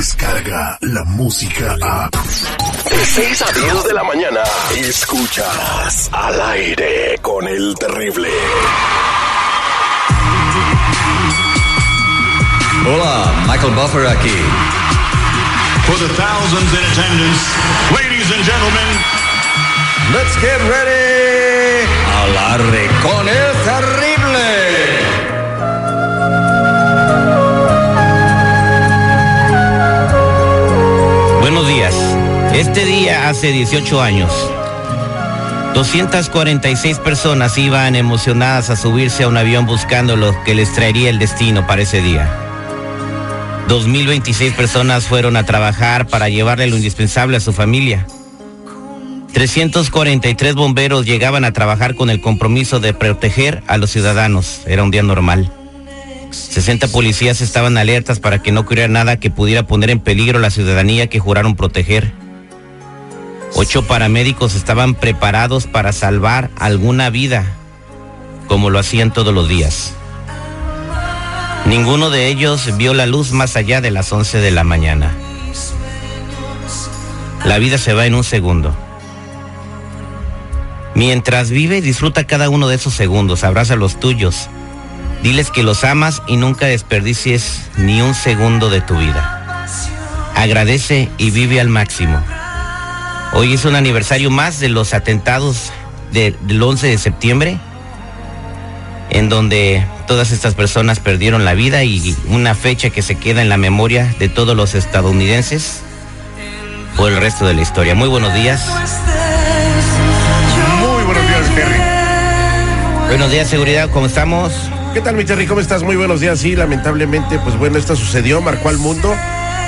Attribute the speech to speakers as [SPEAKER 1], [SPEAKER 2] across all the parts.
[SPEAKER 1] Escucha la música a.
[SPEAKER 2] De 6 a 10 de la mañana. Escuchas al aire con el terrible.
[SPEAKER 3] Hola, Michael Buffer aquí.
[SPEAKER 4] For the thousands in attendance, ladies and gentlemen,
[SPEAKER 3] Let's get ready. Al aire con el terrible.
[SPEAKER 5] Buenos días. Este día hace 18 años, 246 personas iban emocionadas a subirse a un avión buscando lo que les traería el destino para ese día. 2026 personas fueron a trabajar para llevarle lo indispensable a su familia. 343 bomberos llegaban a trabajar con el compromiso de proteger a los ciudadanos. Era un día normal. 60 policías estaban alertas para que no ocurriera nada que pudiera poner en peligro a la ciudadanía que juraron proteger. Ocho paramédicos estaban preparados para salvar alguna vida, como lo hacían todos los días. Ninguno de ellos vio la luz más allá de las 11 de la mañana. La vida se va en un segundo. Mientras vive, disfruta cada uno de esos segundos, abraza a los tuyos, Diles que los amas y nunca desperdicies ni un segundo de tu vida. Agradece y vive al máximo. Hoy es un aniversario más de los atentados de- del 11 de septiembre, en donde todas estas personas perdieron la vida y una fecha que se queda en la memoria de todos los estadounidenses por el resto de la historia. Muy buenos días.
[SPEAKER 1] Muy buenos días, Terry.
[SPEAKER 5] Buenos días, seguridad. ¿Cómo estamos?
[SPEAKER 1] ¿Qué tal, mi Terry? ¿Cómo estás? Muy buenos días. Sí, lamentablemente, pues bueno, esto sucedió, marcó al mundo.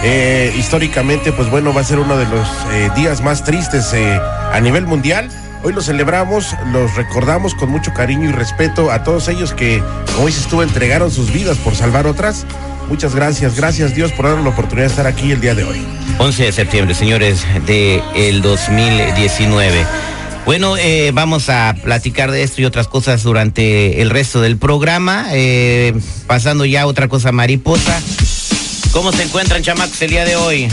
[SPEAKER 1] Eh, históricamente, pues bueno, va a ser uno de los eh, días más tristes eh, a nivel mundial. Hoy los celebramos, los recordamos con mucho cariño y respeto a todos ellos que, como dices tú, entregaron sus vidas por salvar otras. Muchas gracias, gracias Dios por darnos la oportunidad de estar aquí el día de hoy.
[SPEAKER 5] 11 de septiembre, señores, de el 2019. Bueno, eh, vamos a platicar de esto y otras cosas durante el resto del programa. eh, pasando ya a otra cosa mariposa. ¿Cómo se encuentran, chamacos, el día de hoy?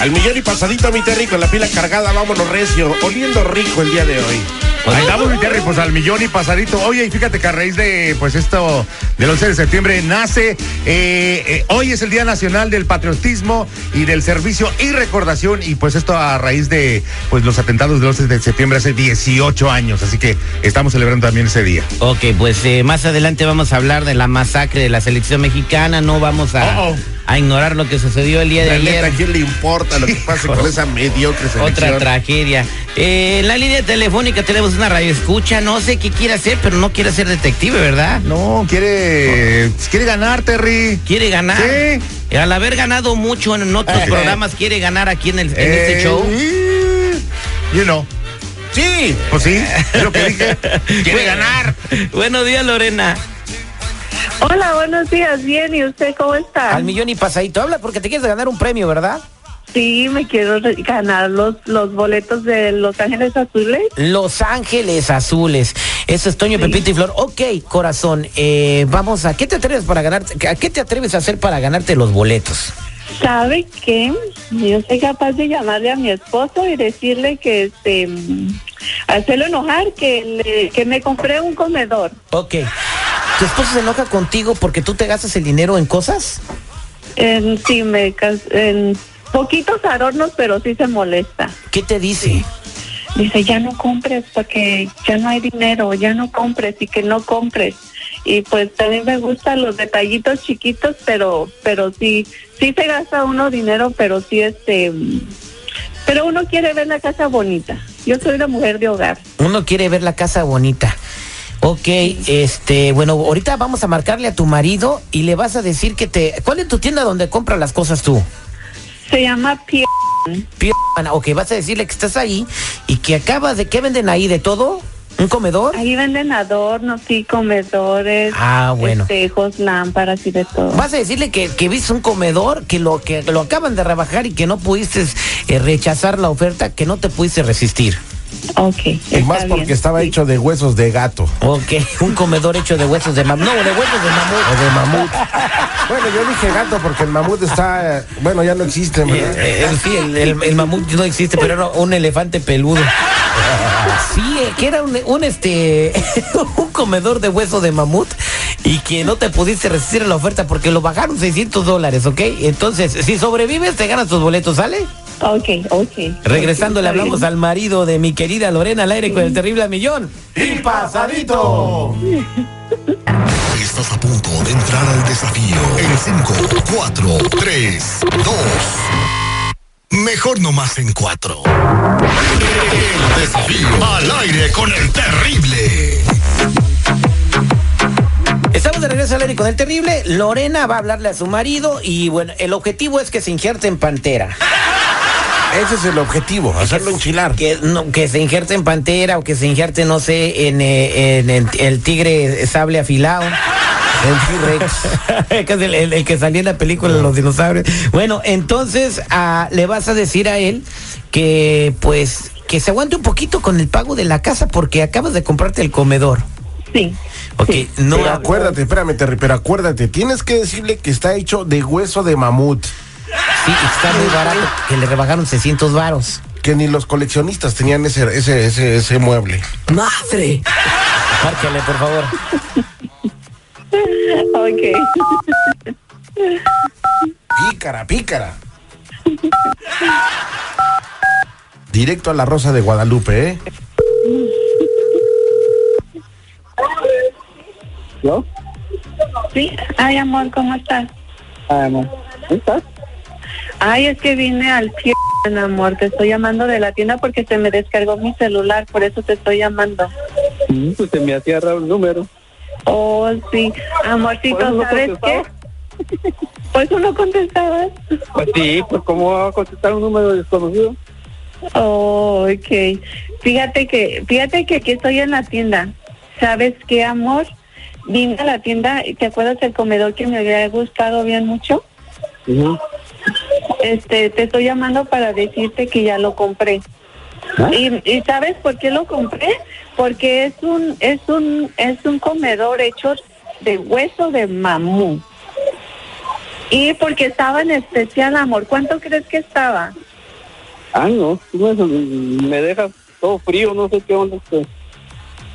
[SPEAKER 1] Al millón y pasadito, mi Terry, con la pila cargada, vámonos recio, oliendo rico el día de hoy.
[SPEAKER 6] Ahí estamos, mi Terry, pues al millón y pasadito. Oye, y fíjate que a raíz de pues esto del 11 de septiembre nace, eh, eh, hoy es el Día Nacional del Patriotismo y del Servicio y Recordación, y pues esto a raíz de pues los atentados del 11 de septiembre hace 18 años, así que estamos celebrando también ese día.
[SPEAKER 5] Ok, pues eh, más adelante vamos a hablar de la masacre de la selección mexicana. No vamos a,
[SPEAKER 6] Uh-oh.
[SPEAKER 5] a ignorar lo que sucedió el día de
[SPEAKER 1] La
[SPEAKER 5] ayer.
[SPEAKER 1] neta, ¿a quién le importa lo que pase con esa mediocre selección?
[SPEAKER 5] Otra tragedia. Eh, en la línea telefónica tenemos una radio escucha. No sé qué quiere hacer, pero no quiere ser detective, ¿verdad?
[SPEAKER 6] No, quiere, quiere ganar, Terry.
[SPEAKER 5] Quiere ganar.
[SPEAKER 6] Sí.
[SPEAKER 5] Al haber ganado mucho en otros
[SPEAKER 6] Ajá.
[SPEAKER 5] programas, quiere ganar aquí en, el, en este
[SPEAKER 6] Eh,
[SPEAKER 5] show.
[SPEAKER 6] You know,
[SPEAKER 1] Sí,
[SPEAKER 6] pues sí, es lo que dije. Quiere ganar.
[SPEAKER 5] Buenos días, Lorena.
[SPEAKER 7] Hola, buenos días. Bien, ¿y usted cómo está?
[SPEAKER 5] Al millón y pasadito. Habla porque te quieres ganar un premio, ¿verdad?
[SPEAKER 7] Sí, me quiero re- ganar los, los boletos de Los Ángeles Azules.
[SPEAKER 5] Los Ángeles Azules. Eso es Toño, Pepito y Flor. Ok, corazón. eh, vamos a. ¿Qué te atreves para ganar? ¿A qué te atreves a hacer para ganarte los boletos?
[SPEAKER 7] ¿Sabe qué? Yo soy capaz de llamarle a mi esposo y decirle que, este, mm, hacerlo enojar, que, le- que me compré un comedor.
[SPEAKER 5] Ok. ¿Tu esposo se enoja contigo porque tú te gastas el dinero en cosas?
[SPEAKER 7] En, sí, me cas- en poquitos adornos, pero sí se molesta.
[SPEAKER 5] ¿Qué te dice?
[SPEAKER 7] Dice, ya no compres porque ya no hay dinero, ya no compres y que no compres. Y pues también me gustan los detallitos chiquitos, pero pero sí, sí se gasta uno dinero, pero sí este... mm, Pero uno quiere ver la casa bonita. Yo soy una mujer de hogar.
[SPEAKER 8] Uno quiere ver la casa bonita. Ok, este, bueno, ahorita vamos a marcarle a tu marido y le vas a decir que te... ¿Cuál es tu tienda donde compras las cosas tú?
[SPEAKER 7] Se llama pie.
[SPEAKER 8] Pier- Ana, Ok, vas a decirle que estás ahí y que acabas de... ¿Qué venden ahí? ¿De todo? ¿Un comedor?
[SPEAKER 7] Ahí venden adornos, sí, comedores,
[SPEAKER 8] Ah, bueno.
[SPEAKER 7] espejos, lámparas y de todo.
[SPEAKER 8] Vas a decirle que, que viste un comedor, que lo, que lo acaban de rebajar y que no pudiste eh, rechazar la oferta, que no te pudiste resistir.
[SPEAKER 7] Ok.
[SPEAKER 1] Y
[SPEAKER 7] está
[SPEAKER 1] más porque
[SPEAKER 7] bien,
[SPEAKER 1] estaba
[SPEAKER 7] sí.
[SPEAKER 1] hecho de huesos de gato.
[SPEAKER 5] Ok, un comedor hecho de huesos de mamut. No, de huesos de mamut.
[SPEAKER 1] O de mamut. Bueno, yo dije gato porque el mamut está. eh, Bueno, ya no existe,
[SPEAKER 5] Eh,
[SPEAKER 1] ¿verdad?
[SPEAKER 5] eh, sí, el, el- el mamut no existe, pero era un elefante peludo. Sí, eh, que era un, un, este un comedor de hueso de mamut y que no te pudiste resistir a la oferta porque lo bajaron 600 dólares, ¿ok? Entonces, si sobrevives, te ganas tus boletos, ¿sale?
[SPEAKER 7] Ok, ok.
[SPEAKER 5] Regresando,
[SPEAKER 7] Ok,
[SPEAKER 5] le
[SPEAKER 7] está
[SPEAKER 5] hablamos al marido de mi querida Lorena al aire con el terrible al millón.
[SPEAKER 4] Estás a punto de entrar al desafío. En 5, 4, 3, 2. Mejor no más en 4. El desafío al aire con el terrible.
[SPEAKER 5] Estamos de regreso al aire con el terrible. Lorena va a hablarle a su marido y bueno, el objetivo es que se injerte en pantera.
[SPEAKER 1] Ese es el objetivo, hacerlo enchilar.
[SPEAKER 5] que, no, que se injerte en pantera o que se injerte, no sé, en, eh, en- en el tigre sable afilado. El T-Rex. el, el- el que salió en la película de los dinosaurios. Bueno, entonces ah, le vas a decir a él que pues que se aguante un poquito con el pago de la casa porque acabas de comprarte el comedor.
[SPEAKER 7] Sí.
[SPEAKER 5] Ok,
[SPEAKER 7] sí.
[SPEAKER 5] no.
[SPEAKER 1] pero acuérdate, espérame, Terry, pero acuérdate, tienes que decirle que está hecho de hueso de mamut,
[SPEAKER 5] Sí, está muy barato, que le rebajaron 600 varos.
[SPEAKER 1] que ni los coleccionistas tenían ese, ese, ese, ese mueble.
[SPEAKER 5] ¡Madre! Márcale, por favor.
[SPEAKER 7] Ok.
[SPEAKER 1] Pícara, pícara. Directo a la Rosa de Guadalupe, ¿eh?
[SPEAKER 9] ¿Yo?
[SPEAKER 7] Sí. Ay, amor, ¿cómo estás?
[SPEAKER 9] Ah, no. ¿Sí estás?
[SPEAKER 7] Ay, es que vine al pie, amor. Te estoy llamando de la tienda porque se me descargó mi celular, por eso te estoy llamando.
[SPEAKER 9] Mm, Pues se me hacía raro el número.
[SPEAKER 7] Oh, sí.
[SPEAKER 9] Por eso
[SPEAKER 7] Amorcito,
[SPEAKER 9] no
[SPEAKER 7] ¿sabes qué?
[SPEAKER 9] contestaba.
[SPEAKER 7] Por eso no contestabas.
[SPEAKER 9] Pues sí, pues cómo va a contestar un número desconocido.
[SPEAKER 7] Oh, ok. Fíjate que, fíjate que aquí estoy en la tienda. ¿Sabes qué, amor? Vine a la tienda, ¿te acuerdas el comedor que me había gustado bien mucho?
[SPEAKER 9] Ujú.
[SPEAKER 7] Este, te estoy llamando para decirte que ya lo compré.
[SPEAKER 9] ¿Ah?
[SPEAKER 7] Y, y sabes por qué lo compré? Porque es un es un es un comedor hecho de hueso de mamú. Y porque estaba en especial, amor. ¿Cuánto crees que estaba?
[SPEAKER 9] Ah, no, tú me, me dejas todo frío, no sé qué onda. pues.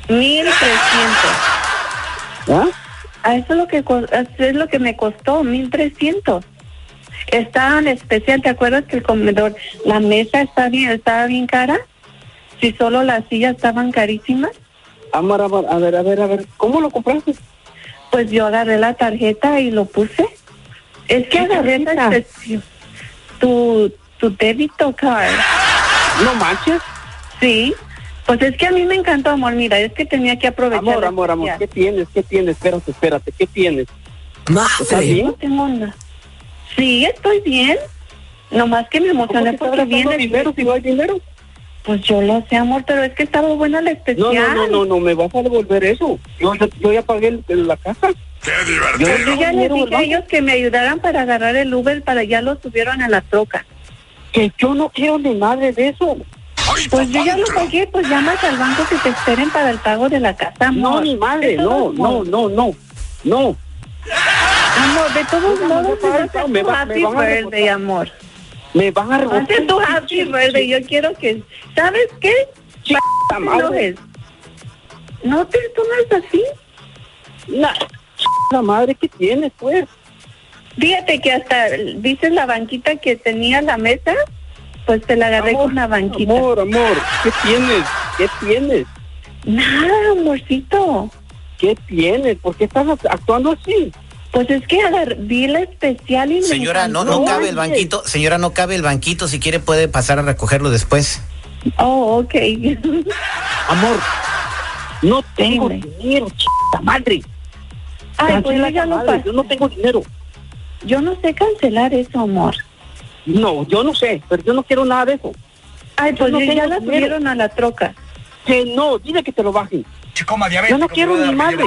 [SPEAKER 7] Mil trescientos.
[SPEAKER 9] ¿Ah?
[SPEAKER 7] Ah, Eso es lo que co- es lo que me costó, mil trescientos. Estaba en especial, ¿te acuerdas que el comedor, la mesa está bien, estaba bien cara? Si solo las sillas estaban carísimas.
[SPEAKER 9] Amar, amar, a ver, a ver, a ver, ¿cómo lo compraste?
[SPEAKER 7] Pues yo agarré la tarjeta y lo puse. Es que agarré la
[SPEAKER 9] tarjeta?
[SPEAKER 7] excepción. Tu, tu débito card.
[SPEAKER 9] No manches.
[SPEAKER 7] Sí. Pues es que a mí me encantó, amor. Mira, es que tenía que aprovechar.
[SPEAKER 9] Amor,
[SPEAKER 7] la
[SPEAKER 9] amor, amor, ¿qué
[SPEAKER 7] especial.
[SPEAKER 9] tienes? ¿Qué tienes? Espérate, espérate, ¿qué tienes? ¿Estás
[SPEAKER 7] No
[SPEAKER 9] bien?
[SPEAKER 7] tengo nada. Sí, estoy bien. Nomás que me
[SPEAKER 9] ¿Cómo
[SPEAKER 7] emocioné
[SPEAKER 9] que
[SPEAKER 7] porque
[SPEAKER 9] estás gastando
[SPEAKER 7] viene.
[SPEAKER 9] dinero si no hay dinero?
[SPEAKER 7] Pues yo lo sé, amor, pero es que estaba buena la
[SPEAKER 9] No,
[SPEAKER 7] especial.
[SPEAKER 9] no, no, no, no, me vas a devolver eso. Yo, yo, yo ya pagué el- el- la casa.
[SPEAKER 4] ¡Qué
[SPEAKER 9] Yo,
[SPEAKER 4] divertido!
[SPEAKER 7] Yo ya les dije a ellos que me ayudaran para agarrar el Uber para ya lo subieron a la troca.
[SPEAKER 9] que yo no quiero ni madre de eso.
[SPEAKER 7] Pues yo ya lo pagué, pues llamas al banco que te esperen para el pago de la casa,
[SPEAKER 9] No,
[SPEAKER 7] amor.
[SPEAKER 9] ni madre,
[SPEAKER 7] De
[SPEAKER 9] no,
[SPEAKER 7] todos
[SPEAKER 9] no,
[SPEAKER 7] modos.
[SPEAKER 9] no, no, no.
[SPEAKER 7] Amor, de todos
[SPEAKER 9] Ya me
[SPEAKER 7] modos,
[SPEAKER 9] voy
[SPEAKER 7] vas
[SPEAKER 9] a
[SPEAKER 7] a
[SPEAKER 9] pagar,
[SPEAKER 7] hacer
[SPEAKER 9] me
[SPEAKER 7] tu
[SPEAKER 9] va- me
[SPEAKER 7] happy
[SPEAKER 9] van a
[SPEAKER 7] birthday,
[SPEAKER 9] reportar.
[SPEAKER 7] amor.
[SPEAKER 9] Me van a
[SPEAKER 7] Vas a
[SPEAKER 9] rebotar.
[SPEAKER 7] hacer tu happy birthday. Yo quiero que... ¿Sabes qué?
[SPEAKER 9] Chica
[SPEAKER 7] No te
[SPEAKER 9] madre.
[SPEAKER 7] enojes. No te tomas así.
[SPEAKER 9] La, la madre que tienes, pues.
[SPEAKER 7] Fíjate que hasta, dices, la banquita que tenía la mesa, pues te la agarré con la banquita.
[SPEAKER 9] amor, amor, ¿qué tienes? ¿Qué tienes?
[SPEAKER 7] Nada, amorcito.
[SPEAKER 9] ¿Qué tienes? ¿Por qué estás act- actuando así?
[SPEAKER 7] Pues es que agar- vi la especial y me
[SPEAKER 10] Señora, no, no
[SPEAKER 7] encantó.
[SPEAKER 10] cabe el banquito. Señora, no cabe el banquito. Si quiere puede pasar a recogerlo después.
[SPEAKER 7] Oh, ok.
[SPEAKER 9] Amor, no tengo
[SPEAKER 7] Dime.
[SPEAKER 9] dinero, chica madre.
[SPEAKER 7] Ay, pues yo
[SPEAKER 9] Cancela
[SPEAKER 7] ya
[SPEAKER 9] esa
[SPEAKER 7] lo
[SPEAKER 9] madre,
[SPEAKER 7] pasé.
[SPEAKER 9] yo no tengo dinero.
[SPEAKER 7] Yo no sé cancelar eso, amor.
[SPEAKER 9] No, yo no sé, pero yo no quiero nada de eso.
[SPEAKER 7] Ay, pues
[SPEAKER 9] no
[SPEAKER 7] yo ya
[SPEAKER 9] tengo
[SPEAKER 7] la
[SPEAKER 9] dinero.
[SPEAKER 7] subieron a la troca.
[SPEAKER 9] Que no, dile que te lo bajen. Yo no quiero ni madre.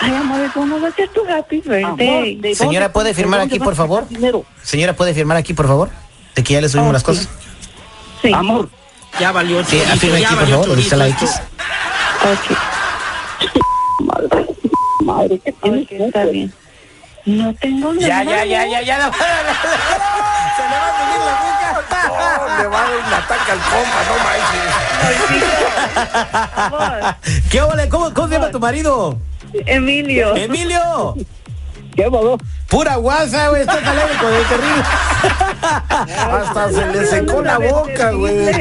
[SPEAKER 7] Ay, amor, ¿cómo va a ser tu happy
[SPEAKER 9] Amor,
[SPEAKER 7] birthday?
[SPEAKER 9] ¿de
[SPEAKER 10] Señora,
[SPEAKER 9] dónde-
[SPEAKER 10] ¿puede
[SPEAKER 9] de
[SPEAKER 10] firmar
[SPEAKER 9] dónde
[SPEAKER 10] aquí,
[SPEAKER 9] vas
[SPEAKER 10] por
[SPEAKER 9] a sacar
[SPEAKER 10] favor?
[SPEAKER 9] Dinero?
[SPEAKER 10] Señora, ¿puede firmar aquí, por favor? De que ya le subimos
[SPEAKER 7] Ah,
[SPEAKER 10] las
[SPEAKER 7] sí.
[SPEAKER 10] cosas.
[SPEAKER 7] Sí.
[SPEAKER 9] Amor,
[SPEAKER 11] Ya valió el
[SPEAKER 5] Sí,
[SPEAKER 11] chorizo,
[SPEAKER 5] afirma
[SPEAKER 11] ya
[SPEAKER 5] aquí, por
[SPEAKER 11] valió el
[SPEAKER 5] favor,
[SPEAKER 11] chorizo
[SPEAKER 5] avisa la
[SPEAKER 11] esto.
[SPEAKER 5] X.
[SPEAKER 7] Ok. madre, madre, ¿qué tienes?
[SPEAKER 11] Ok, está bien.
[SPEAKER 7] No tengo nada.
[SPEAKER 5] Ya, ya, ya, ya, ya. no. Se le va a venir la boca.
[SPEAKER 1] Le va a dar un ataque al compa, no manches.
[SPEAKER 5] ¿Qué ole? ¿Cómo, ¿Cómo se llama tu marido?
[SPEAKER 7] Emilio.
[SPEAKER 5] Emilio.
[SPEAKER 9] ¿Qué pasó?
[SPEAKER 5] Pura guasa, güey. Estás alérgico de terrible.
[SPEAKER 1] Hasta se le secó la
[SPEAKER 7] Una
[SPEAKER 1] boca, güey.
[SPEAKER 7] vez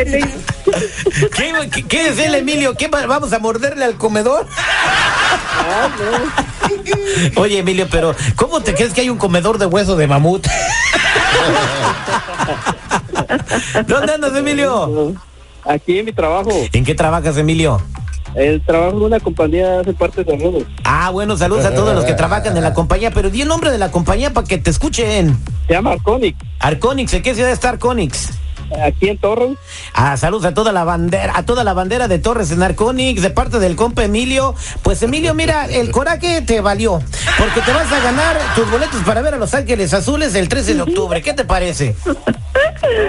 [SPEAKER 5] ¿Qué, güey? ¿Qué- qué es él, Emilio? ¿Qué va- vamos a morderle al comedor? Oye, Emilio, pero ¿cómo te crees que hay un comedor de hueso de mamut? ¿Dónde andas, Emilio?
[SPEAKER 9] Aquí en mi trabajo.
[SPEAKER 5] ¿En qué trabajas, Emilio?
[SPEAKER 9] El trabajo de una compañía hace parte de amigos.
[SPEAKER 5] Ah, bueno, saludos a todos los que trabajan en la compañía, pero di el nombre de la compañía para que te escuchen.
[SPEAKER 9] Se llama Arconic.
[SPEAKER 5] Arconix, ¿en qué ciudad está Arconix?
[SPEAKER 9] Aquí en Torres.
[SPEAKER 5] Ah, saludos a toda la bandera, a toda la bandera de Torres en Arconix, de parte del compa Emilio. Pues Emilio, mira, el coraje te valió, porque te vas a ganar tus boletos para ver a Los Ángeles Azules el 13 de octubre. ¿Qué te parece?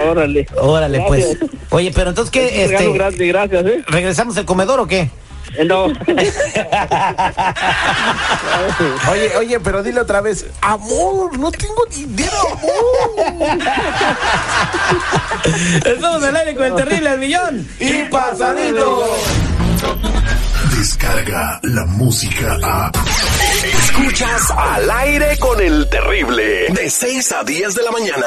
[SPEAKER 9] Órale.
[SPEAKER 5] Órale,
[SPEAKER 9] Gracias.
[SPEAKER 5] pues. Oye, pero entonces qué,
[SPEAKER 9] Un regalo
[SPEAKER 5] este,
[SPEAKER 9] grande, gracias, ¿eh?
[SPEAKER 5] regresamos al comedor o qué?
[SPEAKER 9] Eh, No.
[SPEAKER 1] Oye, oye, pero dile otra vez, amor, no tengo dinero, amor.
[SPEAKER 5] Estamos al aire con el terrible al millón y pasadito.
[SPEAKER 2] Descarga la música a. Escuchas al aire con el terrible. De 6 a 10 de la mañana.